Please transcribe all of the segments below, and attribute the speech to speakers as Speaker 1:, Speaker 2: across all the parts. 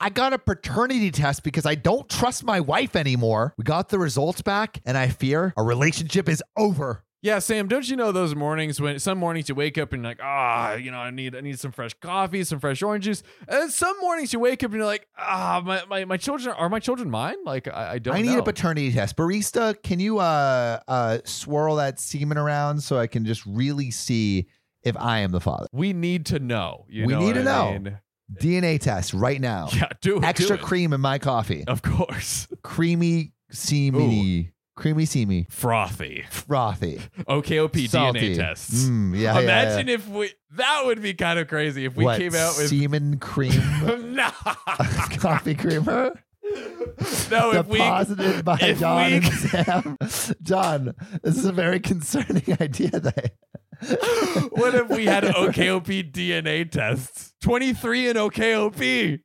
Speaker 1: I got a paternity test because I don't trust my wife anymore. We got the results back, and I fear our relationship is over.
Speaker 2: Yeah, Sam, don't you know those mornings when some mornings you wake up and you're like, ah, you know, I need I need some fresh coffee, some fresh orange juice. And then some mornings you wake up and you're like, ah, my, my, my children are my children mine? Like I, I don't
Speaker 1: I need
Speaker 2: know.
Speaker 1: a paternity test. Barista, can you uh uh swirl that semen around so I can just really see if I am the father?
Speaker 2: we need to know. You
Speaker 1: We
Speaker 2: know
Speaker 1: need
Speaker 2: what
Speaker 1: to
Speaker 2: I
Speaker 1: know.
Speaker 2: mean?
Speaker 1: DNA test right now.
Speaker 2: Yeah, do it. do
Speaker 1: Extra
Speaker 2: it. Oh.
Speaker 1: cream in my coffee.
Speaker 2: Of course.
Speaker 1: Creamy seamy. Creamy seamy.
Speaker 2: Frothy.
Speaker 1: Frothy.
Speaker 2: OKOP
Speaker 1: salty.
Speaker 2: DNA tests.
Speaker 1: Mm, yeah, yeah,
Speaker 2: Imagine if we that would be kind of crazy if
Speaker 1: yeah.
Speaker 2: we
Speaker 1: What,
Speaker 2: came out with
Speaker 1: semen cream
Speaker 2: no.
Speaker 1: coffee creamer.
Speaker 2: no, if we
Speaker 1: deposited by
Speaker 2: if
Speaker 1: John
Speaker 2: we-
Speaker 1: and Sam. John, this is a very concerning idea. That
Speaker 2: what if we had OKOP DNA tests? 23 and OKOP.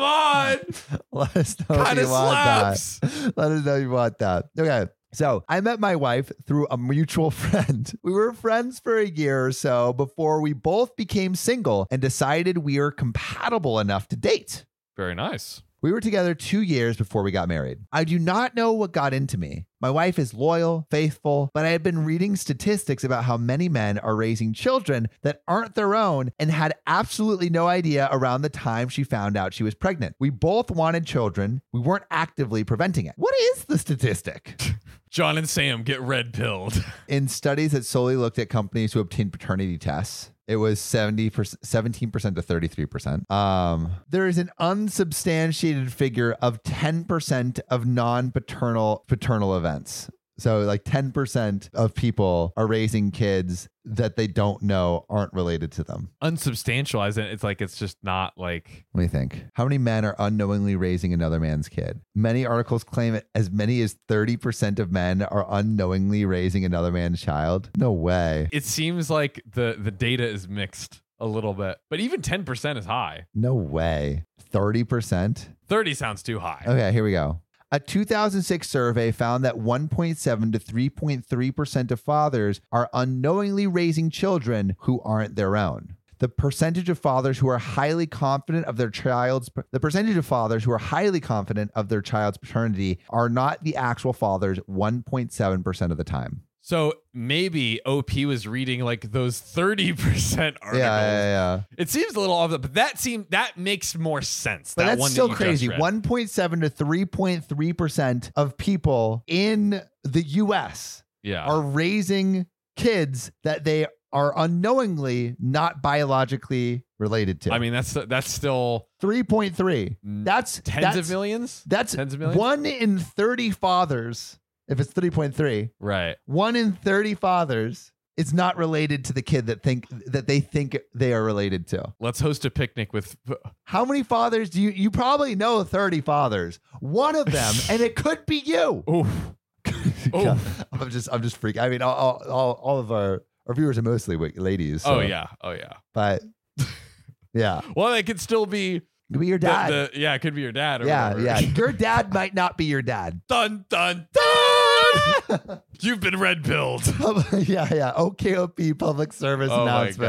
Speaker 2: on.
Speaker 1: let us know
Speaker 2: Kind
Speaker 1: if
Speaker 2: of
Speaker 1: Oh, you want
Speaker 2: slaps.
Speaker 1: that. Let us know you want that. Okay. So I met my wife through a mutual friend. We were friends for a year or so before we both became single and decided we were compatible enough to date.
Speaker 2: Very nice.
Speaker 1: We were together two years before we got married. I do not know what got into me. My wife is loyal, faithful, but I had been reading statistics about how many men are raising children that aren't their own and had absolutely no idea around the time she found out she was pregnant. We both wanted children. We weren't actively preventing it. What is the statistic?
Speaker 2: John and Sam get red pilled.
Speaker 1: In studies that solely looked at companies who obtained paternity tests, it was 70%, 17% to 33%. Um, there is an unsubstantiated figure of 10% of non paternal paternal events. So, like 10% of people are raising kids that they don't know aren't related to them.
Speaker 2: Unsubstantial as in it's like it's just not like
Speaker 1: What do you think? How many men are unknowingly raising another man's kid? Many articles claim it as many as 30% of men are unknowingly raising another man's child. No way.
Speaker 2: it seems like the the data is mixed a little bit. But even 10% is high.
Speaker 1: No way. 30%?
Speaker 2: 30 sounds too high.
Speaker 1: Okay, here we go. A 2006 survey found that 1.7 to 3.3% of fathers are unknowingly raising children who aren't their own. The percentage of fathers who are highly confident of their child's the percentage of fathers who are highly confident of their child's paternity are not the actual fathers 1.7% of the time.
Speaker 2: So maybe OP was reading like those 30% articles.
Speaker 1: Yeah, yeah, yeah.
Speaker 2: It seems a little off, but that seems that makes more sense.
Speaker 1: But
Speaker 2: that
Speaker 1: that's
Speaker 2: one that
Speaker 1: still
Speaker 2: you just
Speaker 1: crazy.
Speaker 2: read.
Speaker 1: 1.7 to 3.3% of people in the US
Speaker 2: yeah.
Speaker 1: are raising kids that they are unknowingly not biologically related to.
Speaker 2: I mean, that's that's still
Speaker 1: 3.3. That's
Speaker 2: tens
Speaker 1: that's,
Speaker 2: of millions.
Speaker 1: That's
Speaker 2: Tens of millions?
Speaker 1: one in 30 fathers, if it's 3.3,
Speaker 2: Right.
Speaker 1: one in 30 fathers is not related to the kid that think that they think they are related to.
Speaker 2: Let's host a picnic with.
Speaker 1: How many fathers do you you probably know 30 fathers. One of them and it could be you.
Speaker 2: Oh,
Speaker 1: Yeah, I'm just I'm just freaking. I mean all all, all, all of our our viewers are mostly wi- ladies. so-
Speaker 2: oh yeah, oh yeah.
Speaker 1: But yeah.
Speaker 2: Well, that could still be
Speaker 1: Could be your
Speaker 2: the,
Speaker 1: dad.
Speaker 2: the- yeah, it could be your dad. Or
Speaker 1: yeah,
Speaker 2: whatever.
Speaker 1: yeah. Your dad might not be your dad.
Speaker 2: dun dun dun. You've been red pilled.
Speaker 1: yeah, yeah. OKOP public service
Speaker 2: Oh my
Speaker 1: announcement.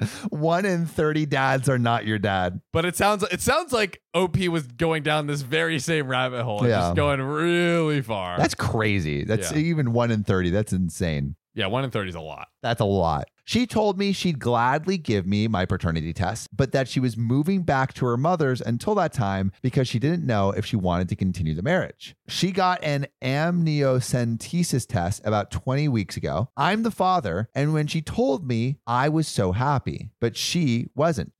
Speaker 2: god.
Speaker 1: One in 30 dads are not your dad.
Speaker 2: But it sounds it sounds like OP was going down this very same rabbit hole and
Speaker 1: Yeah.
Speaker 2: just going really far.
Speaker 1: That's crazy. That's
Speaker 2: Yeah.
Speaker 1: even one in 30. That's insane.
Speaker 2: yeah, one in thirty is a lot.
Speaker 1: That's a lot. She told me she'd gladly give me my paternity test, but that she was moving back to her mother's until that time because she didn't know if she wanted to continue the marriage. She got an amniocentesis test about 20 weeks ago. I'm the father, and when she told me, I was so happy, but she wasn't.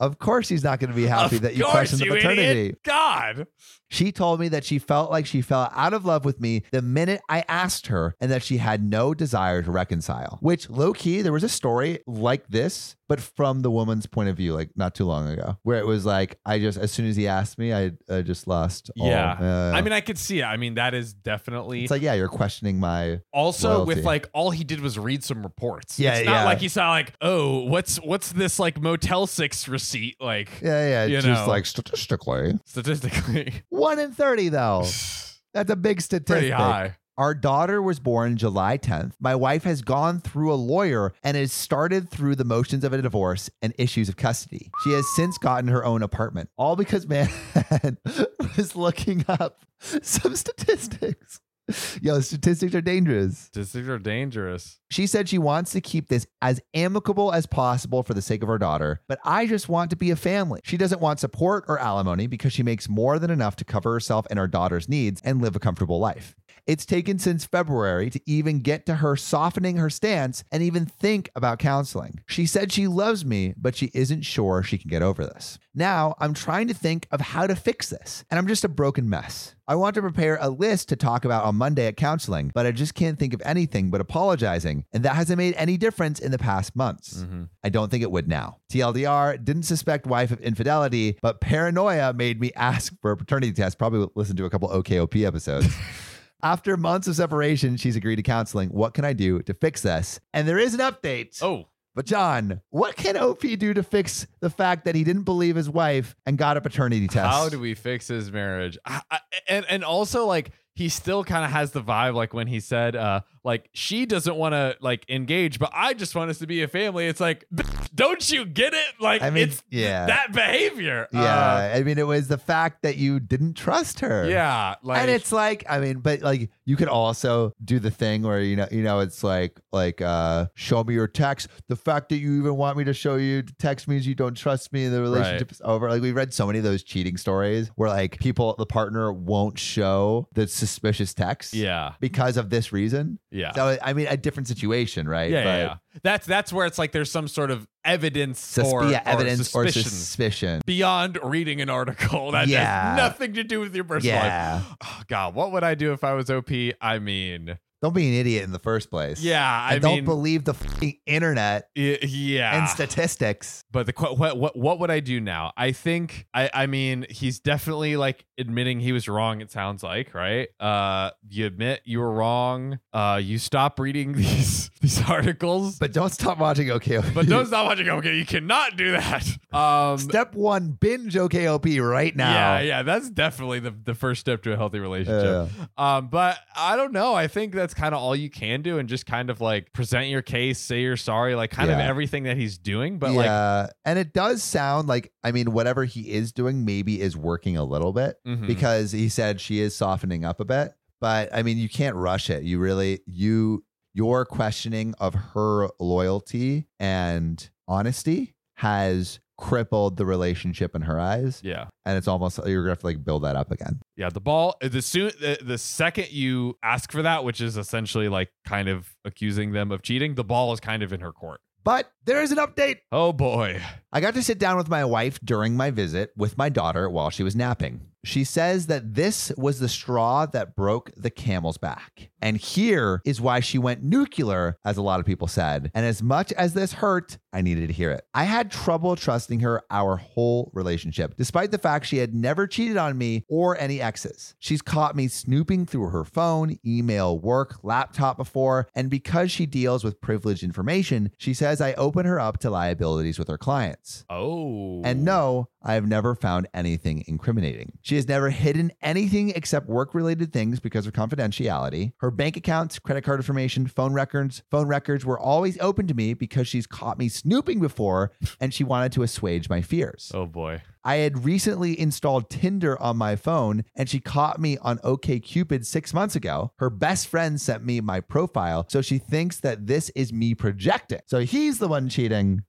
Speaker 1: of course, she's not going to be happy
Speaker 2: Of
Speaker 1: that you
Speaker 2: course,
Speaker 1: questioned the
Speaker 2: you idiot.
Speaker 1: paternity.
Speaker 2: God.
Speaker 1: She told me that she felt like she fell out of love with me the minute I asked her and that she had no desire to reconcile. Which, low key, there was a story like this, but from the woman's point of view, like not too long ago, where it was like, I just, as soon as he asked me, I, I just lost. all-
Speaker 2: Yeah.
Speaker 1: Uh,
Speaker 2: I mean, I could see it. I mean, that is definitely
Speaker 1: it's like, yeah, you're questioning my.
Speaker 2: also
Speaker 1: loyalty.
Speaker 2: with like all he did was read some reports.
Speaker 1: Yeah,
Speaker 2: it's not
Speaker 1: yeah.
Speaker 2: like he saw like, oh, what's what's this like Motel Six receipt like
Speaker 1: Yeah, yeah.
Speaker 2: You
Speaker 1: It's just
Speaker 2: know.
Speaker 1: like statistically.
Speaker 2: statistically?
Speaker 1: One in 30, though. That's a big statistic.
Speaker 2: Pretty high.
Speaker 1: Our daughter was born July 10th. My wife has gone through a lawyer and has started through the motions of a divorce and issues of custody. She has since gotten her own apartment, all because man was looking up some statistics. Yo, statistics are dangerous.
Speaker 2: Statistics are dangerous.
Speaker 1: She said she wants to keep this as amicable as possible for the sake of her daughter, but I just want to be a family. She doesn't want support or alimony because she makes more than enough to cover herself and her daughter's needs and live a comfortable life. It's taken since February to even get to her softening her stance and even think about counseling. She said she loves me, but she isn't sure she can get over this. Now I'm trying to think of how to fix this, and I'm just a broken mess. I want to prepare a list to talk about on Monday at counseling, but I just can't think of anything but apologizing, and that hasn't made any difference in the past months.
Speaker 2: Mhm.
Speaker 1: I don't think it would now. TLDR didn't suspect wife of infidelity, but paranoia made me ask for a paternity test. Probably listen to a couple OKOP episodes. After months of separation, she's agreed to counseling. What can I do to fix this? And there is an update.
Speaker 2: Oh,
Speaker 1: But John, what can OP do to fix the fact that he didn't believe his wife and got a paternity test?
Speaker 2: how do we fix his marriage? I, I, and and also like he still kind of has the vibe like when he said uh like she doesn't want to like engage, but I just want us to be a family. It's like don't you get it? Like
Speaker 1: I mean,
Speaker 2: it's
Speaker 1: yeah.
Speaker 2: that behavior.
Speaker 1: yeah.
Speaker 2: Uh,
Speaker 1: I mean, it was the fact that you didn't trust her.
Speaker 2: yeah. Like
Speaker 1: and it's like I mean, but like you could also do the thing where you know, you know, it's like like uh show me your text. The fact that you even want me to show you the text means you don't trust me. The relationship is over. Like we've read so many of those cheating stories where like people, the partner won't show the suspicious text,
Speaker 2: yeah,
Speaker 1: because of this reason.
Speaker 2: yeah.
Speaker 1: So I mean, a different situation, right?
Speaker 2: yeah, yeah, yeah. That's that's where it's like there's some sort of evidence
Speaker 1: Susp-
Speaker 2: or,
Speaker 1: yeah, evidence
Speaker 2: or
Speaker 1: or
Speaker 2: suspicion
Speaker 1: suspicion.
Speaker 2: beyond reading an article that
Speaker 1: Yeah.
Speaker 2: has nothing to do with your personal
Speaker 1: Yeah.
Speaker 2: life. Oh, God, what would I do if I was OP? I mean,
Speaker 1: Don't be an idiot in the first place.
Speaker 2: yeah, I
Speaker 1: And don't
Speaker 2: mean, Ah.
Speaker 1: believe the fing internet
Speaker 2: y- yeah.
Speaker 1: and statistics.
Speaker 2: but the qu- what what what would I do now? I think I I mean he's definitely like admitting he was wrong. It sounds like right. Uh, you admit you were wrong. Uh, you stop reading these these articles.
Speaker 1: But don't stop watching OKOP.
Speaker 2: But don't stop watching. Okay, you cannot do that. Um,
Speaker 1: Step one, binge OKOP right now.
Speaker 2: Yeah, yeah, that's definitely the, the first step to a healthy
Speaker 1: Uh,
Speaker 2: relationship. Um, but I don't know. I think that's kind of all you can do, and just kind of like present your case, say you're sorry, like kind
Speaker 1: Yeah.
Speaker 2: of everything that he's doing. But like,
Speaker 1: yeah. and it does sound like I mean, whatever he is doing, maybe is working a little bit
Speaker 2: mhm.
Speaker 1: because he said she is softening up a bit. But I mean, you can't rush it. You really you your questioning of her loyalty and honesty has crippled the relationship in her eyes,
Speaker 2: yeah,
Speaker 1: and it's almost you're gonna have to like build that up again.
Speaker 2: yeah, the ball. uh, The soon, the, the second you ask for that, which is essentially like kind of accusing them of cheating, the ball is kind of in her court.
Speaker 1: But there is an update.
Speaker 2: Oh boy,
Speaker 1: I got to sit down with my wife during my visit with my daughter while she was napping. She says that this was the straw that broke the camel's back. And here is why she went nuclear, as a lot of people said. And as much as this hurt, I needed to hear it. I had trouble trusting her our whole relationship, despite the fact she had never cheated on me or any exes. She's caught me snooping through her phone, email, work, laptop before, and because she deals with privileged information, she says I open her up to liabilities with her clients.
Speaker 2: oh,
Speaker 1: And no, I have never found anything incriminating. She has never hidden anything except work related things because of confidentiality. Her bank accounts, credit card information, phone records, phone records were always open to me because she's caught me snooping before and she wanted to assuage my fears.
Speaker 2: oh boy,
Speaker 1: I had recently installed Tinder on my phone and she caught me on OKCupid six months ago. Her best friend sent me my profile, so she thinks that this is me projecting. So he's the one cheating.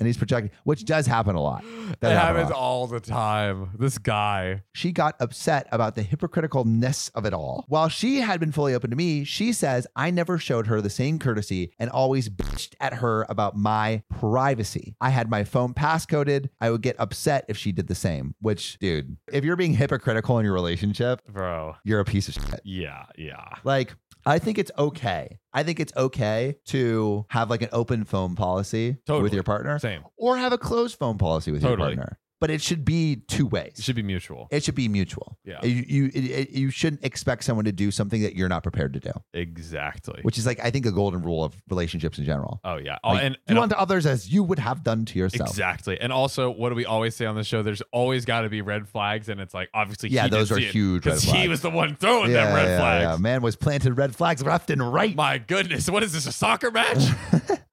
Speaker 1: And he's projecting, which does happen a lot. happened
Speaker 2: that
Speaker 1: a
Speaker 2: happens
Speaker 1: lot.
Speaker 2: all the time. This guy,
Speaker 1: She got upset about the hypocriticalness of it all. While she had been fully open to me, she says I never showed her the same courtesy and always bitched at her about my privacy. I had my phone passcoded. I would get upset if she did the same, which, dude, if you're being hypocritical in your relationship,
Speaker 2: bro.
Speaker 1: you're a piece of shit.
Speaker 2: Yeah, yeah.
Speaker 1: Like, I think it's okay. I think it's okay to have like an open phone policy
Speaker 2: Totally.
Speaker 1: with your partner
Speaker 2: Same.
Speaker 1: or have a closed phone policy with
Speaker 2: Totally.
Speaker 1: your partner. but it should be two ways.
Speaker 2: It should be mutual.
Speaker 1: It should be mutual.
Speaker 2: Yeah.
Speaker 1: You you, it, it, you shouldn't expect someone to do something that you're not prepared to do,
Speaker 2: Exactly.
Speaker 1: which is like I think a golden rule of relationships in general.
Speaker 2: oh yeah. Oh,
Speaker 1: Like,
Speaker 2: and,
Speaker 1: do
Speaker 2: and
Speaker 1: unto others as you would have done to yourself.
Speaker 2: exactly. And also, what do we always say on the show? There's always got to be red flags, and it's like obviously
Speaker 1: Yeah,
Speaker 2: he
Speaker 1: those
Speaker 2: did
Speaker 1: are
Speaker 2: see it
Speaker 1: huge red
Speaker 2: 'cause he
Speaker 1: flags.
Speaker 2: was the one throwing them red flags.
Speaker 1: Man was planted red flags left and right.
Speaker 2: My goodness, what is this a soccer match?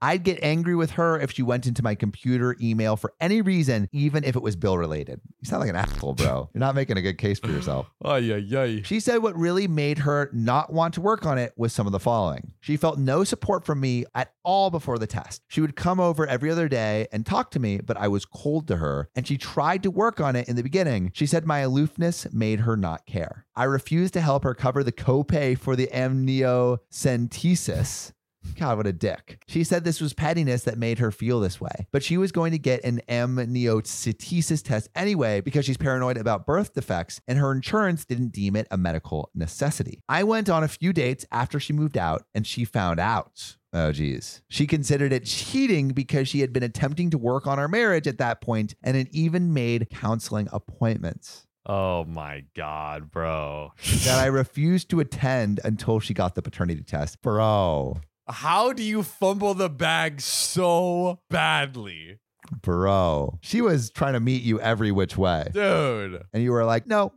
Speaker 1: I'd get angry with her if she went into my computer email for any reason, even if it was bill related. You sound like an asshole, bro. You're not making a good case for yourself.
Speaker 2: oh yeah, yeah.
Speaker 1: She said what really made her not want to work on it was some of the following. She felt no support from me at all before the test. She would come over every other day and talk to me, but I was cold to her, and she tried to work on it in the beginning. She said my aloofness made her not care. I refused to help her cover the copay for the amniocentesis. God, what a dick. She said this was pettiness that made her feel this way, but she was going to get an amniocentesis test anyway because she's paranoid about birth defects and her insurance didn't deem it a medical necessity. I went on a few dates after she moved out and she found out. Oh, geez. She considered it cheating because she had been attempting to work on our marriage at that point and had even made counseling appointments
Speaker 2: Oh my god, bro.
Speaker 1: that I refused to attend until she got the paternity test. Bro,
Speaker 2: How do you fumble the bag so badly,
Speaker 1: bro. She was trying to meet you every which way.
Speaker 2: dude?
Speaker 1: and you were like, no,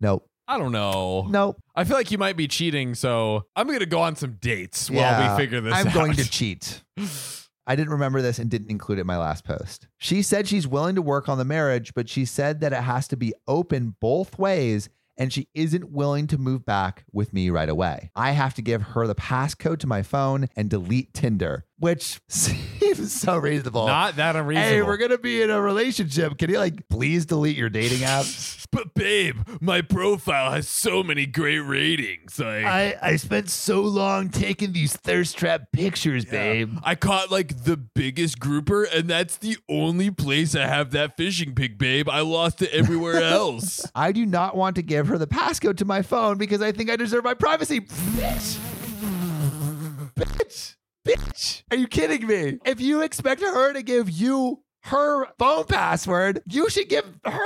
Speaker 1: no,
Speaker 2: I don't know.
Speaker 1: no,
Speaker 2: I feel like you might be cheating, so I'm gonna go on some dates while
Speaker 1: Yeah,
Speaker 2: we figure this
Speaker 1: I'm
Speaker 2: out.
Speaker 1: going to cheat. I didn't remember this and didn't include it in my last post. She said she's willing to work on the marriage, but she said that it has to be open both ways and she isn't willing to move back with me right away. I have to give her the passcode to my phone and delete Tinder, which seems so reasonable.
Speaker 2: Not that unreasonable.
Speaker 1: Hey, we're going to be in a relationship. Can you like please delete your dating app?
Speaker 2: But babe, my profile has so many great ratings. Like uh,
Speaker 1: I, I spent so long taking these thirst trap pictures,
Speaker 2: yeah. I caught like the biggest grouper, and that's the only place I have that fishing pig, babe. I lost it everywhere else.
Speaker 1: I do not want to give her the passcode to my phone because I think I deserve my privacy. Bitch. Bitch. Bitch. Are you kidding me? If you expect her to give you her phone password, you should give her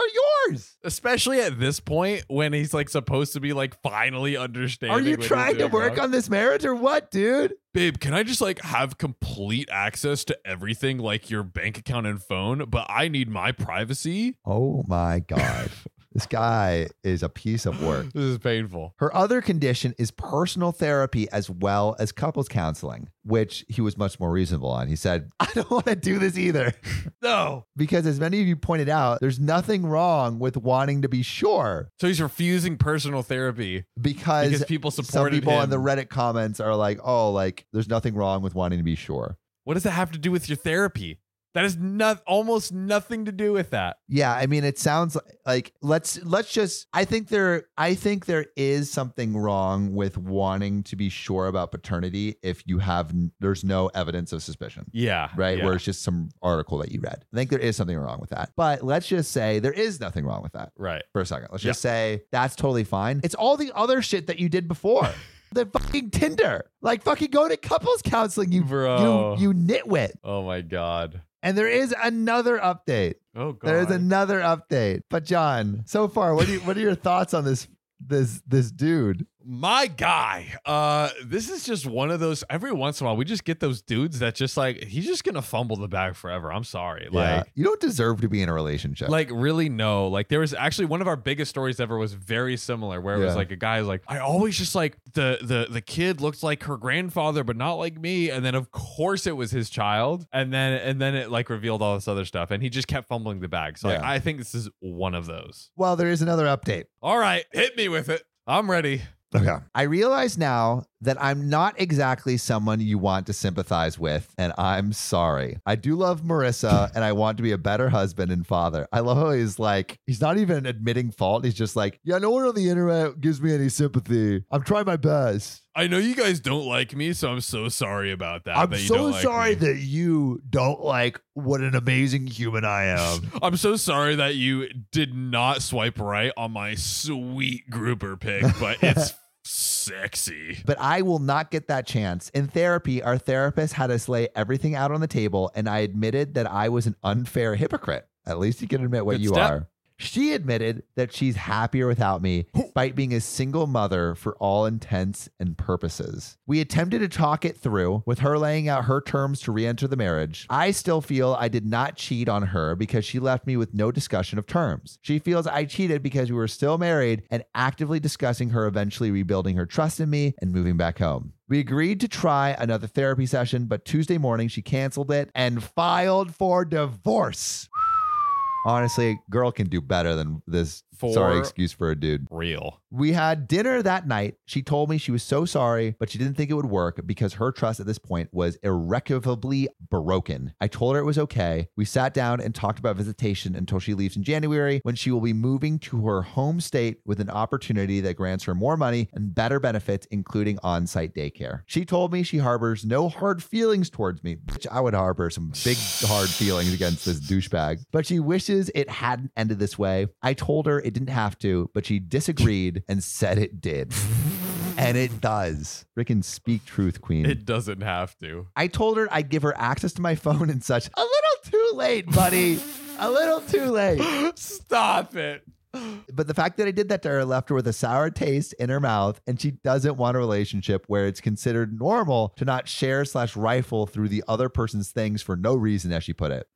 Speaker 1: yours.
Speaker 2: Especially at this point when he's like supposed to be like finally understanding.
Speaker 1: Are you
Speaker 2: what he's
Speaker 1: trying to
Speaker 2: doing
Speaker 1: work
Speaker 2: wrong.
Speaker 1: on this marriage or what, dude?
Speaker 2: babe, can I just like have complete access to everything like your bank account and phone, but I need my privacy?
Speaker 1: Oh my God. this guy is a piece of work.
Speaker 2: This is painful.
Speaker 1: Her other condition is personal therapy as well as couples counseling, which he was much more reasonable on. He said, I don't want to do this either.
Speaker 2: No.
Speaker 1: Because as many of you pointed out, there's nothing wrong with wanting to be sure
Speaker 2: So he's refusing personal therapy
Speaker 1: because,
Speaker 2: because people
Speaker 1: some
Speaker 2: supported
Speaker 1: people
Speaker 2: him.
Speaker 1: in the Reddit comments are like, oh, like there's nothing wrong with wanting to be sure.
Speaker 2: what does that have to do with your therapy? That is not almost nothing to do with that.
Speaker 1: Yeah, I mean, it sounds li- like let's let's just. I think there, I think there is something wrong with wanting to be sure about paternity if you have n- there's no evidence of suspicion.
Speaker 2: Yeah.
Speaker 1: right?
Speaker 2: yeah.
Speaker 1: Where it's just some article that you read. I think there is something wrong with that. But let's just say there is nothing wrong with that
Speaker 2: right.
Speaker 1: for a second. Let's just say that's totally fine. It's all the other shit that you did before. the fucking Tinder. Like fucking go to couples counseling, you
Speaker 2: Bro.
Speaker 1: you you nitwit.
Speaker 2: oh my god.
Speaker 1: And there is another update.
Speaker 2: Oh god.
Speaker 1: There is another update. But John, so far, what do you, what are your thoughts on this this this dude?
Speaker 2: my guy. Uh this is just one of those every once in a while we just get those dudes that just like he's just going to fumble the bag forever. I'm sorry. Like
Speaker 1: you don't deserve to be in a relationship.
Speaker 2: Like really no. Like there was actually one of our biggest stories ever was very similar where it was
Speaker 1: Yeah.
Speaker 2: like a guy was like I always just like the the the kid looked like her grandfather but not like me and then of course it was his child and then and then it like revealed all this other stuff and he just kept fumbling the bag. So like
Speaker 1: Yeah.
Speaker 2: I think this is one of those.
Speaker 1: well, there is another update.
Speaker 2: All right, hit me with it. I'm ready.
Speaker 1: Okay. I realize now that I'm not exactly someone you want to sympathize with, and I'm sorry. I do love Marissa, and I want to be a better husband and father. I love how he's like, he's not even admitting fault. He's just like, yeah, no one on the internet gives me any sympathy. I'm trying my best.
Speaker 2: I know you guys don't like me, so I'm so sorry about that.
Speaker 1: I'm
Speaker 2: that you
Speaker 1: so
Speaker 2: don't like
Speaker 1: sorry
Speaker 2: me.
Speaker 1: that you don't like what an amazing human I am.
Speaker 2: I'm so sorry that you did not swipe right on my sweet grouper pick, but it's sexy.
Speaker 1: but I will not get that chance. In therapy, our therapist had us lay everything out on the table, and I admitted that I was an unfair hypocrite. At least you can admit what
Speaker 2: Good
Speaker 1: you
Speaker 2: step.
Speaker 1: are. She admitted that she's happier without me, despite being a single mother for all intents and purposes. We attempted to talk it through, with her laying out her terms to re enter the marriage. I still feel I did not cheat on her because she left me with no discussion of terms. She feels I cheated because we were still married and actively discussing her eventually rebuilding her trust in me and moving back home. We agreed to try another therapy session, but Tuesday morning she canceled it and filed for divorce. Honestly, a girl can do better than this
Speaker 2: For-
Speaker 1: sorry excuse for a dude.
Speaker 2: Real.
Speaker 1: We had dinner that night. She told me she was so sorry, but she didn't think it would work because her trust at this point was irrecoverably broken. I told her it was okay. We sat down and talked about visitation until she leaves in January when she will be moving to her home state with an opportunity that grants her more money and better benefits, including on site daycare. She told me she harbors no hard feelings towards me. Bitch, I would harbor some big hard feelings against this douchebag. But she wishes it hadn't ended this way. I told her it didn't have to, but she disagreed and said it did. and it does. Frickin' speak truth, queen.
Speaker 2: It doesn't have to.
Speaker 1: I told her I'd give her access to my phone and such. A little too late, buddy. A little too late.
Speaker 2: Stop it.
Speaker 1: But the fact that I did that to her left her with a sour taste in her mouth, and she doesn't want a relationship where it's considered normal to not share slash rifle through the other person's things for no reason, as she put it.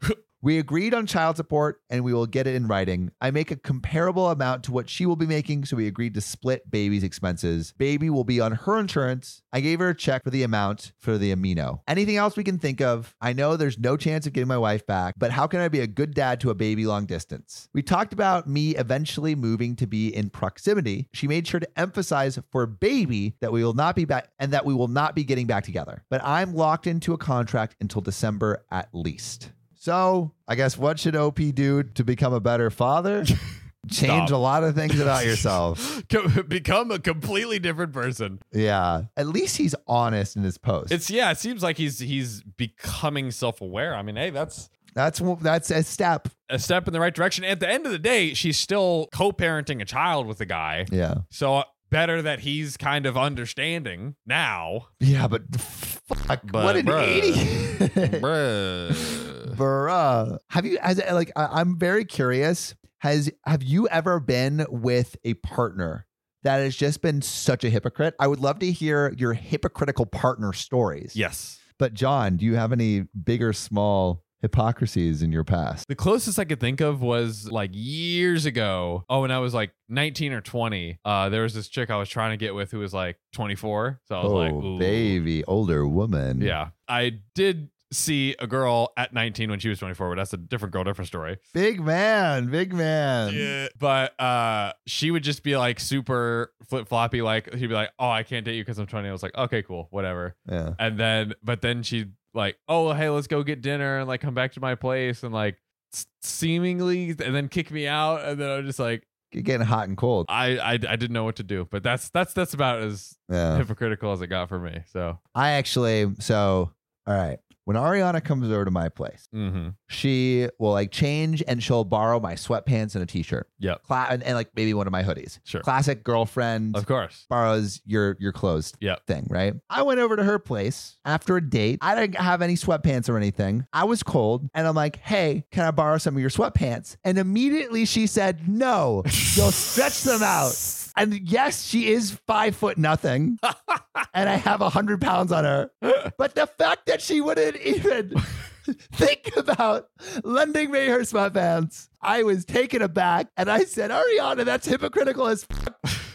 Speaker 1: We agreed on child support and we will get it in writing. I make a comparable amount to what she will be making, so we agreed to split baby's expenses. Baby will be on her insurance. I gave her a check for the amount for the amino. Anything else we can think of? I know there's no chance of getting my wife back, but how can I be a good dad to a baby long distance? We talked about me eventually moving to be in proximity. She made sure to emphasize for baby that we will not be back and that we will not be getting back together. But I'm locked into a contract until December at least. So, I guess what should OP do to become a better father? Change
Speaker 2: Stop.
Speaker 1: a lot of things about yourself.
Speaker 2: Co- Become a completely different person.
Speaker 1: yeah. At least he's honest in his post.
Speaker 2: It's yeah. It seems like he's he's becoming self aware. I mean, hey, that's
Speaker 1: that's one- that's a step.
Speaker 2: a step in the right direction. At the end of the day, she's still co parenting a child with a guy.
Speaker 1: Yeah.
Speaker 2: So better that he's kind of understanding now.
Speaker 1: Yeah, but fuck,
Speaker 2: But
Speaker 1: what an
Speaker 2: bruh.
Speaker 1: idiot. Bruh. Have you as like I- I'm very curious, has have you ever been with a partner that has just been such a hypocrite? I would love to hear your hypocritical partner stories.
Speaker 2: yes.
Speaker 1: But John, do you have any big or small hypocrisies in your past?
Speaker 2: The closest I could think of was like years ago. Oh, when I was like 19 or 20, uh, there was this chick I was trying to get with who was like 24. So I was
Speaker 1: oh,
Speaker 2: like, Ooh.
Speaker 1: baby, older woman.
Speaker 2: Yeah. I did see a girl at 19 when she was 24, but that's a different girl, different story.
Speaker 1: Big man, big man.
Speaker 2: Yeah. But uh, she would just be like super flip floppy. Like, she'd be like, oh, I can't date you because I'm 20. I was like, okay, cool, whatever.
Speaker 1: Yeah.
Speaker 2: And then, but then she like, oh, hey, let's go get dinner and like come back to my place and like s- seemingly, and then kick me out. And then I'm just like,
Speaker 1: You're getting hot and cold.
Speaker 2: I, I I didn't know what to do, but that's that's that's about as
Speaker 1: Yeah.
Speaker 2: hypocritical as it got for me. So
Speaker 1: I actually, so, all right. When Ariana comes over to my place,
Speaker 2: mm-hmm.
Speaker 1: she will like change and she'll borrow my sweatpants and a t shirt.
Speaker 2: Yep.
Speaker 1: Cla- and, and like maybe one of my hoodies.
Speaker 2: Sure.
Speaker 1: Classic girlfriend
Speaker 2: of course.
Speaker 1: borrows your your clothes
Speaker 2: Yep.
Speaker 1: thing, right? I went over to her place after a date. I didn't have any sweatpants or anything. I was cold and I'm like, hey, can I borrow some of your sweatpants? And immediately she said, no, you'll stretch them out. And yes, she is five foot nothing. and I have a hundred pounds on her. But the fact that she wouldn't even think about lending me her sweatpants, I was taken aback and I said, Ariana, that's hypocritical as fuck.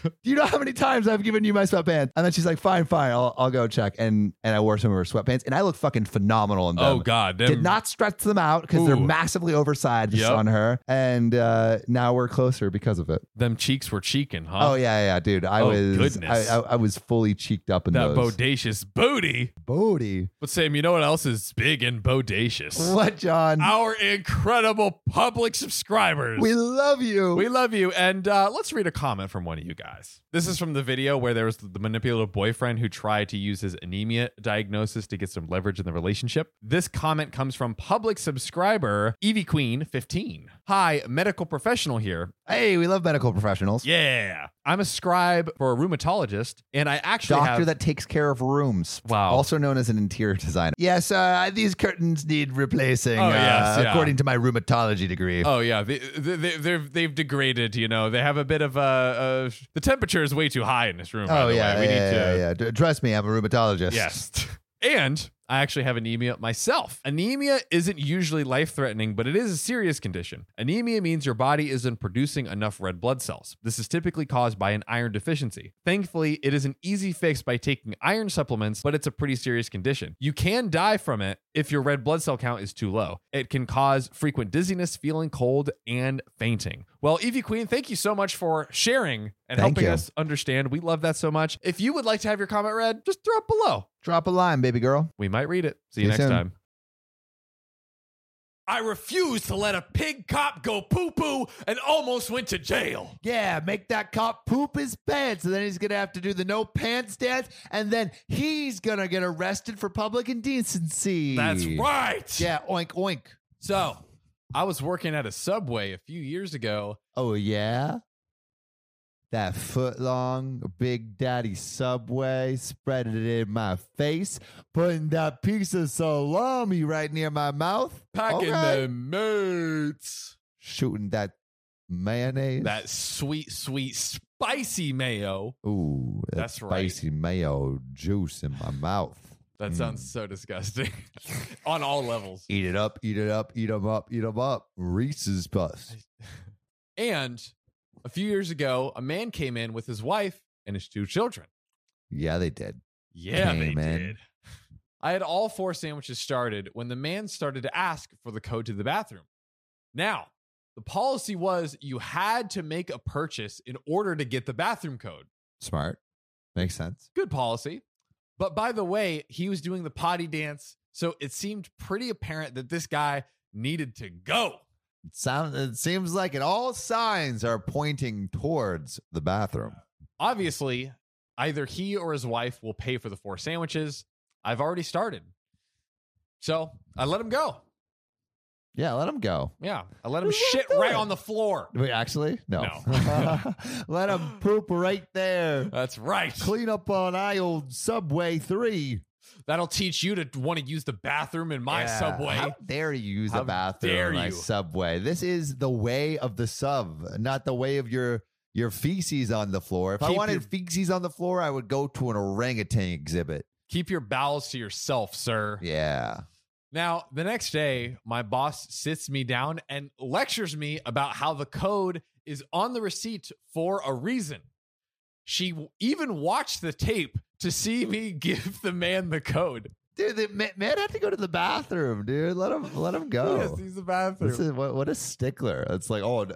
Speaker 1: Do you know how many times I've given you my sweatpants? And then she's like, fine, fine, I'll, I'll go check. And and I wore some of her sweatpants and I look fucking phenomenal in them.
Speaker 2: Oh God, them-
Speaker 1: Did not stretch them out because they're
Speaker 2: Ooh.
Speaker 1: massively oversized
Speaker 2: Yep.
Speaker 1: on her. And uh, now we're closer because of it.
Speaker 2: them cheeks were cheeking, huh?
Speaker 1: Oh, yeah, yeah, dude. I
Speaker 2: Oh,
Speaker 1: was
Speaker 2: goodness.
Speaker 1: I, I, I was fully cheeked up in
Speaker 2: that
Speaker 1: those.
Speaker 2: bodacious booty.
Speaker 1: Bodie.
Speaker 2: But Sam, you know what else is big and bodacious?
Speaker 1: What, John?
Speaker 2: Our incredible public subscribers.
Speaker 1: We love you.
Speaker 2: We love you. And uh, let's read a comment from one of you guys. This is from the video where there was the manipulative boyfriend who tried to use his anemia diagnosis to get some leverage in the relationship. This comment comes from public subscriber Evie Queen 15. Hi, medical professional here.
Speaker 1: Hey, we love medical professionals.
Speaker 2: Yeah. I'm a scribe for a rheumatologist, and I actually
Speaker 1: Doctor
Speaker 2: have.
Speaker 1: that takes care of rooms.
Speaker 2: wow.
Speaker 1: Also known as an interior designer. Yes, uh, these curtains need replacing,
Speaker 2: Oh,
Speaker 1: uh,
Speaker 2: yes, yeah.
Speaker 1: according to my rheumatology degree.
Speaker 2: Oh yeah, they, they, they, they've they've degraded. You know, they have a bit of a. Uh, the temperature is way too high in this room. by
Speaker 1: Oh,
Speaker 2: the
Speaker 1: yeah,
Speaker 2: way. we
Speaker 1: yeah,
Speaker 2: need
Speaker 1: yeah,
Speaker 2: to.
Speaker 1: yeah. D- Trust me, I'm a rheumatologist.
Speaker 2: Yes. And I actually have anemia myself. Anemia isn't usually life threatening, but it is a serious condition. Anemia means your body isn't producing enough red blood cells. This is typically caused by an iron deficiency. Thankfully, it is an easy fix by taking iron supplements, but it's a pretty serious condition. You can die from it if your red blood cell count is too low. It can cause frequent dizziness, feeling cold, and fainting. Well, Evie Queen, thank you so much for sharing
Speaker 1: Thank
Speaker 2: and helping
Speaker 1: you.
Speaker 2: us understand. We love that so much. If you would like to have your comment read, just throw it below.
Speaker 1: Drop a line, baby girl.
Speaker 2: We might read it.
Speaker 1: See
Speaker 2: See you
Speaker 1: you
Speaker 2: next
Speaker 1: soon.
Speaker 2: time. I refuse to let a pig cop go poo poo and almost went to jail.
Speaker 1: Yeah, make that cop poop his pants, and then he's gonna have to do the no pants dance, and then he's gonna get arrested for public indecency.
Speaker 2: That's right.
Speaker 1: Yeah, oink oink.
Speaker 2: So I was working at a subway a few years ago.
Speaker 1: Oh yeah. That foot long Big Daddy Subway spread it in my face, putting that piece of salami right near my mouth. All
Speaker 2: Packing
Speaker 1: right.
Speaker 2: the meats.
Speaker 1: Shooting that mayonnaise.
Speaker 2: That sweet, sweet, spicy mayo.
Speaker 1: Ooh, that
Speaker 2: That's right.
Speaker 1: spicy mayo juice in my mouth.
Speaker 2: That
Speaker 1: Mm.
Speaker 2: sounds so disgusting on all levels.
Speaker 1: Eat it up, eat it up, eat 'em up, eat 'em up. Reese's Puffs.
Speaker 2: And a few years ago, a man came in with his wife and his two children.
Speaker 1: Yeah, they did.
Speaker 2: Yeah,
Speaker 1: Hey,
Speaker 2: they
Speaker 1: man.
Speaker 2: did. I had all four sandwiches started when the man started to ask for the code to the bathroom. Now, the policy was you had to make a purchase in order to get the bathroom code.
Speaker 1: Smart. Makes sense.
Speaker 2: Good policy. But by the way, he was doing the potty dance, so it seemed pretty apparent that this guy needed to go.
Speaker 1: It, sound, it seems like it all signs are pointing towards the bathroom.
Speaker 2: Obviously, either he or his wife will pay for the four sandwiches. I've already started. So I let him go.
Speaker 1: Yeah, let him go.
Speaker 2: Yeah, I let him
Speaker 1: Just let
Speaker 2: shit
Speaker 1: it do
Speaker 2: right
Speaker 1: it.
Speaker 2: on the floor.
Speaker 1: Wait, actually, no.
Speaker 2: No.
Speaker 1: let him poop right there.
Speaker 2: That's right.
Speaker 1: Clean up on aisle Subway 3.
Speaker 2: That'll teach you to want to use the bathroom in my
Speaker 1: Yeah.
Speaker 2: subway.
Speaker 1: How dare you use
Speaker 2: How
Speaker 1: the bathroom
Speaker 2: dare
Speaker 1: in my
Speaker 2: you.
Speaker 1: subway? This is the way of the sub, not the way of your your feces on the floor. If I
Speaker 2: Keep
Speaker 1: wanted
Speaker 2: your-
Speaker 1: feces on the floor, I would go to an orangutan exhibit.
Speaker 2: Keep your bowels to yourself, sir.
Speaker 1: Yeah.
Speaker 2: Now, the next day, my boss sits me down and lectures me about how the code is on the receipt for a reason. She w- even watched the tape to see me give the man the code.
Speaker 1: Dude, the ma- man had to go to the bathroom, dude. Let him let him
Speaker 2: Yes,
Speaker 1: go.
Speaker 2: he's the bathroom.
Speaker 1: This is what, what a stickler. It's like, oh,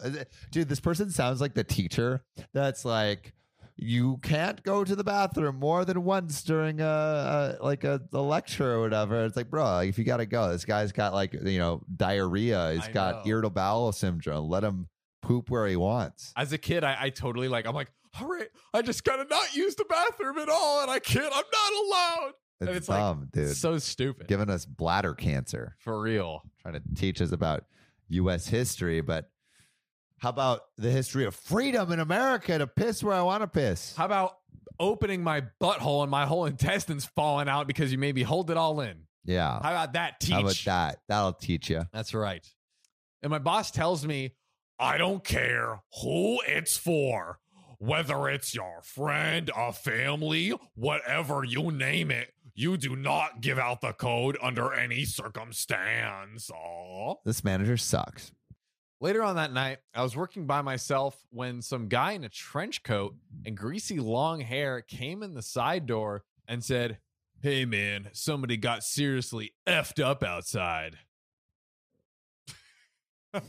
Speaker 1: dude, this person sounds like the teacher that's like, you can't go to the bathroom more than once during a, a like a, a lecture or whatever. It's like, bro, if you gotta go, this guy's got like you know diarrhea. He's
Speaker 2: I
Speaker 1: got
Speaker 2: know.
Speaker 1: irritable bowel syndrome. Let him poop where he wants.
Speaker 2: As a kid, I, I totally like, I'm like, all right, I just gotta not use the bathroom at all. And I can't, I'm not allowed.
Speaker 1: It's,
Speaker 2: it's like,
Speaker 1: dumb, dude.
Speaker 2: So stupid.
Speaker 1: Giving us bladder cancer,
Speaker 2: For real.
Speaker 1: trying to teach us about U.S. history, but. How about the history of freedom in America to piss where I want to piss?
Speaker 2: How about opening my butthole and my whole intestines falling out because you made me hold it all in?
Speaker 1: Yeah.
Speaker 2: How about that, teach?
Speaker 1: Uh, How about that? That'll teach you.
Speaker 2: That's right. And my boss tells me, I don't care who it's for, whether it's your friend, a family, whatever you name it, you do not give out the code under any circumstance. Aw.
Speaker 1: This manager sucks.
Speaker 2: Later on that night, I was working by myself when some guy in a trench coat and greasy long hair came in the side door and said, Hey man, somebody got seriously effed up outside.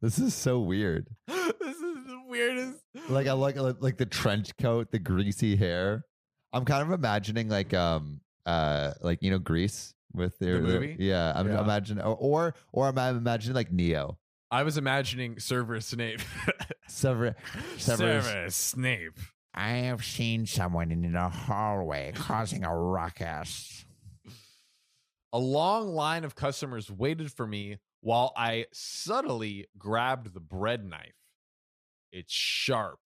Speaker 1: This is so weird.
Speaker 2: this is the weirdest.
Speaker 1: Like I like like, like the trench coat, the greasy hair. I'm kind of imagining like um uh like you know Grease with their
Speaker 2: The movie?
Speaker 1: yeah, I'm
Speaker 2: Yeah.
Speaker 1: imagining or, or or I'm I'm imagining like Neo.
Speaker 2: I was imagining Cerberus Snape.
Speaker 1: Sever- Severus.
Speaker 2: Snape.
Speaker 3: I have seen someone in the hallway causing a ruckus.
Speaker 2: A long line of customers waited for me while I subtly grabbed the bread knife. It's sharp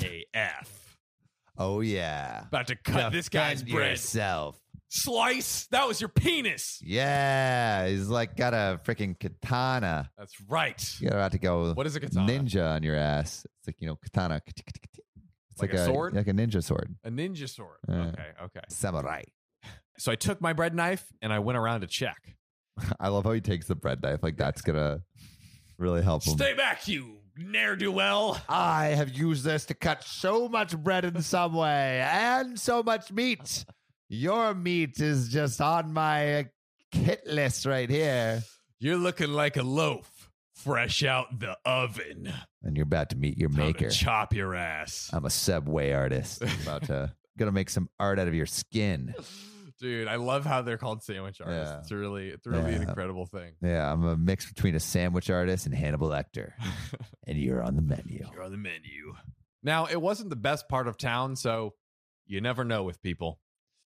Speaker 2: AF.
Speaker 1: Oh yeah.
Speaker 2: About to cut this guy's
Speaker 1: Defend
Speaker 2: bread.
Speaker 1: Yourself.
Speaker 2: Slice. That was your penis.
Speaker 1: Yeah, he's like got a freaking katana.
Speaker 2: That's right.
Speaker 1: You're about to go
Speaker 2: What is a katana?
Speaker 1: ninja on your ass. It's like you know katana. It's
Speaker 2: Like a sword?
Speaker 1: like a ninja sword,
Speaker 2: A ninja sword.
Speaker 1: Uh.
Speaker 2: Okay, okay.
Speaker 1: samurai.
Speaker 2: So I took my bread knife and I went around to check.
Speaker 1: I love how he takes the bread knife. Like that's gonna really help him.
Speaker 2: Stay back, you ne'er do well.
Speaker 1: I have used this to cut so much bread in some way and so much meat. Your meat is just on my kit list right here.
Speaker 2: You're looking like a loaf fresh out the oven.
Speaker 1: And you're about to meet your
Speaker 2: Time to
Speaker 1: maker.
Speaker 2: Chop your ass.
Speaker 1: I'm a subway artist. I'm about to gonna make some art out of your skin.
Speaker 2: Dude, I love how they're called sandwich artists.
Speaker 1: Yeah.
Speaker 2: It's really, it's really an
Speaker 1: Yeah.
Speaker 2: incredible thing.
Speaker 1: Yeah, I'm a mix between a sandwich artist and Hannibal Lecter. and you're on the menu.
Speaker 2: You're on the menu. Now, it wasn't the best part of town, so you never know with people.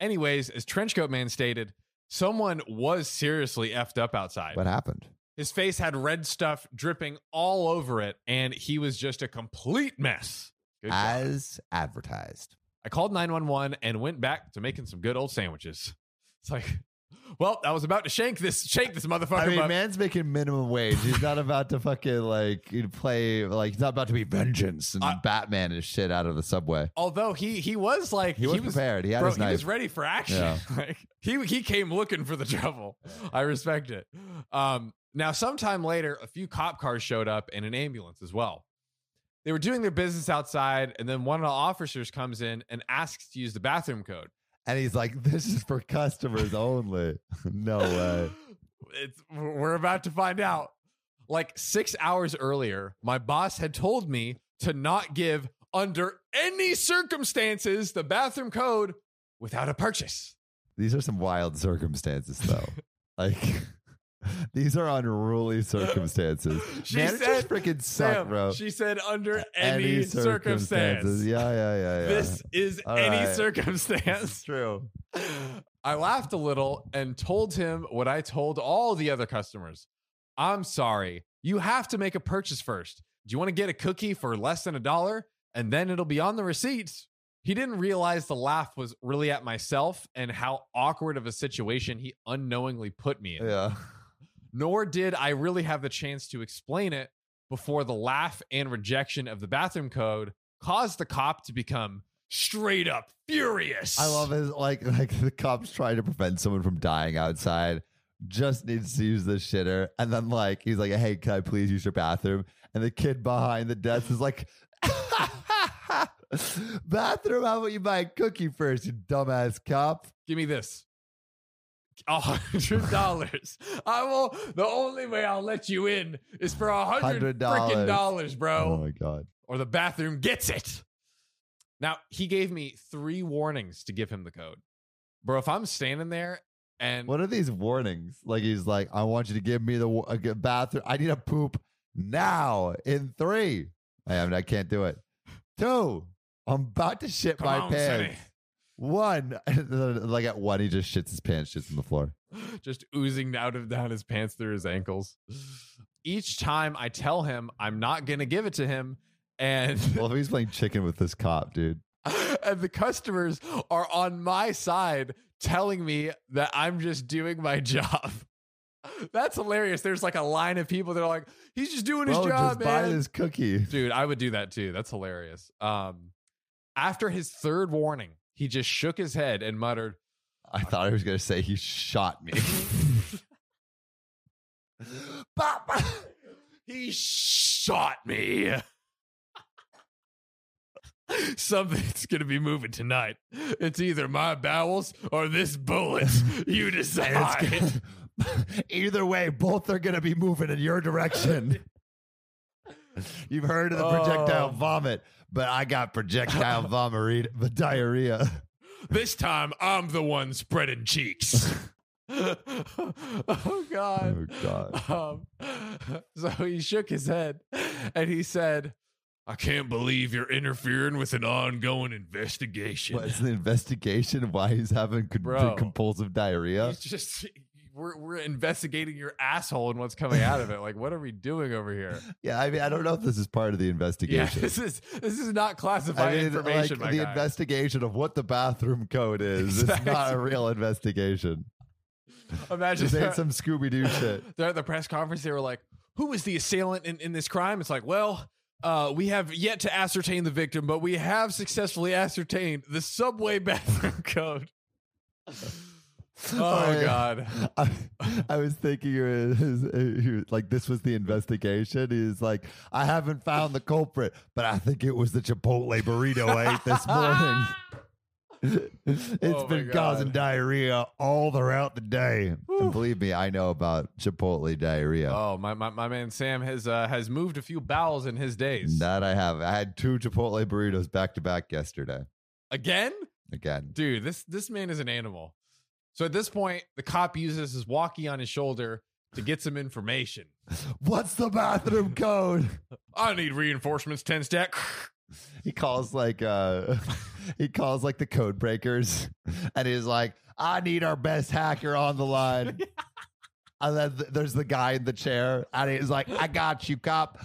Speaker 2: Anyways, as Trenchcoat Man stated, someone was seriously effed up outside.
Speaker 1: What happened?
Speaker 2: His face had red stuff dripping all over it, and he was just a complete mess. Good job.
Speaker 1: As advertised.
Speaker 2: I called 911 and went back to making some good old sandwiches. It's like, well, I was about to shank this, shake this motherfucker.
Speaker 1: I mean,
Speaker 2: but-
Speaker 1: man's making minimum wage. He's not about to fucking like play like he's not about to be vengeance and
Speaker 2: I-
Speaker 1: Batman and shit out of the subway.
Speaker 2: Although he he was like
Speaker 1: He was, prepared. He had
Speaker 2: bro,
Speaker 1: his
Speaker 2: he
Speaker 1: knife.
Speaker 2: was ready for action.
Speaker 1: Yeah.
Speaker 2: Like, he he came looking for the trouble. I respect it. Um, now, sometime later, a few cop cars showed up and an ambulance as well. They were doing their business outside, and then one of the officers comes in and asks to use the bathroom code.
Speaker 1: and he's like, "This is for customers only." no way.
Speaker 2: It's, we're about to find out. Like six hours earlier, my boss had told me to not give, under any circumstances, the bathroom code without a purchase.
Speaker 1: These are some wild circumstances, though. like, these are unruly circumstances.
Speaker 2: She
Speaker 1: Managers
Speaker 2: said-
Speaker 1: freaking suck,
Speaker 2: Sam,
Speaker 1: bro.
Speaker 2: She said under any, circumstance.
Speaker 1: Yeah, yeah, yeah, yeah.
Speaker 2: This is
Speaker 1: All
Speaker 2: any
Speaker 1: right.
Speaker 2: circumstance.
Speaker 1: true.
Speaker 2: I laughed a little and told him what I told all the other customers. I'm sorry. You have to make a purchase first. Do you want to get a cookie for less than a dollar? And then it'll be on the receipts. He didn't realize the laugh was really at myself and how awkward of a situation he unknowingly put me in
Speaker 1: Yeah.
Speaker 2: nor did I really have the chance to explain it before the laugh and rejection of the bathroom code caused the cop to become straight up furious.
Speaker 1: I love his like like the cops trying to prevent someone from dying outside. Just needs to use the shitter, and then like he's like, "Hey, can I please use your bathroom?" And the kid behind the desk is like, "Bathroom? How about you buy a cookie first, you dumbass cop?"
Speaker 2: Give me this. A hundred dollars. I will. The only way I'll let you in is for a hundred
Speaker 1: Hundred
Speaker 2: freaking
Speaker 1: dollars.
Speaker 2: dollars,
Speaker 1: Oh
Speaker 2: bro.
Speaker 1: my god!
Speaker 2: or the bathroom gets it. Now, he gave me three warnings to give him the code. Bro, if I'm standing there and
Speaker 1: What are these warnings? Like he's like, "I want you to give me the wa- a good bathroom. I need a poop now." In three, I am. I can't do it. Two, I'm about to shit
Speaker 2: Come
Speaker 1: my
Speaker 2: on,
Speaker 1: pants.
Speaker 2: sonny.
Speaker 1: One, like at one, he just shits his pants, shits on the floor.
Speaker 2: just oozing out of down his pants through his ankles. Each time I tell him I'm not gonna give it to him, and
Speaker 1: Well, if he's playing chicken with this cop, dude.
Speaker 2: and the customers are on my side telling me that I'm just doing my job. That's hilarious. There's like a line of people that are like, he's just doing his
Speaker 1: Bro,
Speaker 2: job,
Speaker 1: just buy
Speaker 2: man.
Speaker 1: this cookie.
Speaker 2: Dude, I would do that too. That's hilarious. Um, after his third warning, he just shook his head and muttered,
Speaker 1: I thought I was gonna say he shot me.
Speaker 2: Papa, he shot me. Something's gonna be moving tonight. It's either my bowels or this bullet. You decide.
Speaker 1: And it's- Either way, both are gonna be moving in your direction. You've heard of the projectile
Speaker 2: Oh.
Speaker 1: vomit, but I got projectile vomit, but diarrhea.
Speaker 2: this time, I'm the one spreading cheeks. oh
Speaker 1: Oh
Speaker 2: God.
Speaker 1: god.
Speaker 2: Um, so he shook his head and he said, "I can't believe you're interfering with an ongoing investigation."
Speaker 1: What's the investigation of why he's having con-
Speaker 2: Bro.
Speaker 1: compulsive diarrhea?
Speaker 2: He's just we're we're investigating your asshole and what's coming out of it. Like, what are we doing over here?
Speaker 1: Yeah, I mean, I don't know if this is part of the
Speaker 2: Yeah,
Speaker 1: investigation.
Speaker 2: this is this is not
Speaker 1: I
Speaker 2: classified
Speaker 1: mean,
Speaker 2: information,
Speaker 1: like
Speaker 2: my
Speaker 1: the
Speaker 2: guy.
Speaker 1: investigation of what the bathroom code is. It's not a
Speaker 2: Exactly.
Speaker 1: real investigation.
Speaker 2: Imagine
Speaker 1: Just
Speaker 2: they're,
Speaker 1: ain't some Scooby Doo shit.
Speaker 2: they're at the press conference. They were like, "Who was the assailant in, in this crime?" It's like, well. Uh, we have yet to ascertain the victim, but we have successfully ascertained the subway bathroom code.
Speaker 1: I-
Speaker 2: Oh
Speaker 1: uh,
Speaker 2: God!
Speaker 1: I, I was thinking it was, he was- like this was the investigation. He's like, I haven't found the culprit, but I think it was the Chipotle burrito I ate this morning. It's
Speaker 2: Oh my
Speaker 1: been
Speaker 2: God.
Speaker 1: causing diarrhea all throughout the day.
Speaker 2: Whew.
Speaker 1: And believe me, I know about Chipotle diarrhea.
Speaker 2: Oh my, my, my man Sam has uh, has moved a few bowels in his days.
Speaker 1: that I have. I had two Chipotle burritos back to back yesterday.
Speaker 2: Again,
Speaker 1: Again.
Speaker 2: dude, this this man is an animal. So at this point, the cop uses his walkie on his shoulder to get some information.
Speaker 1: What's the bathroom code?
Speaker 2: I need reinforcements, ten stack.
Speaker 1: he calls like uh he calls like the code breakers and he's like i need our best hacker on the line and then th- there's the guy in the chair and he's like i got you cop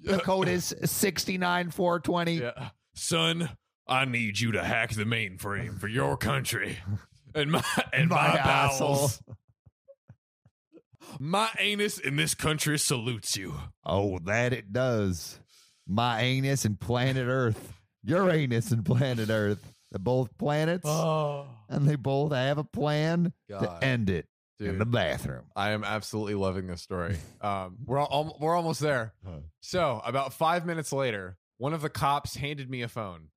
Speaker 1: the code is 69420
Speaker 2: Yeah. Son, I need you to hack the mainframe for your country and my and
Speaker 1: My
Speaker 2: my,
Speaker 1: asshole.
Speaker 2: bowels. My anus in this country salutes you.
Speaker 1: oh that it does my anus and planet earth your anus and planet earth they're both planets
Speaker 2: Oh,
Speaker 1: and they both have a plan to end it in
Speaker 2: dude.
Speaker 1: the bathroom
Speaker 2: I am absolutely loving this story. Um, we're al- we're almost there. So about five minutes later, one of the cops handed me a phone.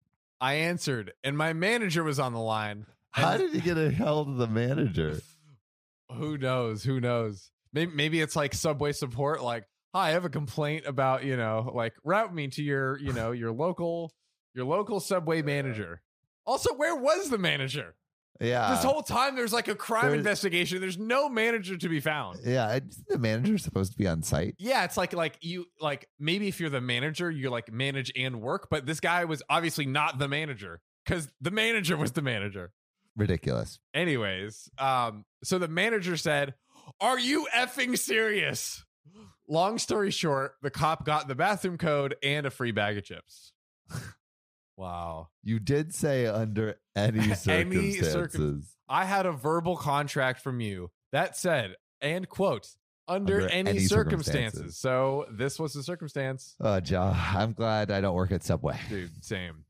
Speaker 2: I answered, and my manager was on the line.
Speaker 1: How
Speaker 2: And-
Speaker 1: did he get a held of the manager?
Speaker 2: Who knows? Who knows? Maybe maybe it's like subway support. Like, hi, I have a complaint about you know, like route me to your you know your local your local subway manager. Also, where was the manager?
Speaker 1: Yeah.
Speaker 2: this whole time there's like a crime
Speaker 1: Ah. there's-
Speaker 2: investigation. There's no manager to be found.
Speaker 1: yeah, isn't the manager supposed to be on site?
Speaker 2: Yeah, it's like like you like maybe if you're the manager, you like manage and work, but this guy was obviously not the manager because the manager was the manager.
Speaker 1: Ridiculous.
Speaker 2: Anyways, um, so the manager said, Are you effing serious? Long story short, the cop got the bathroom code and a free bag of chips. wow.
Speaker 1: You did say under any
Speaker 2: Any
Speaker 1: circumstances.
Speaker 2: circum- I had a verbal contract from you that said, and quote, under, any, circumstances. So this was the circumstance.
Speaker 1: oh, Ja, I'm glad I don't work at Subway.
Speaker 2: Dude, same.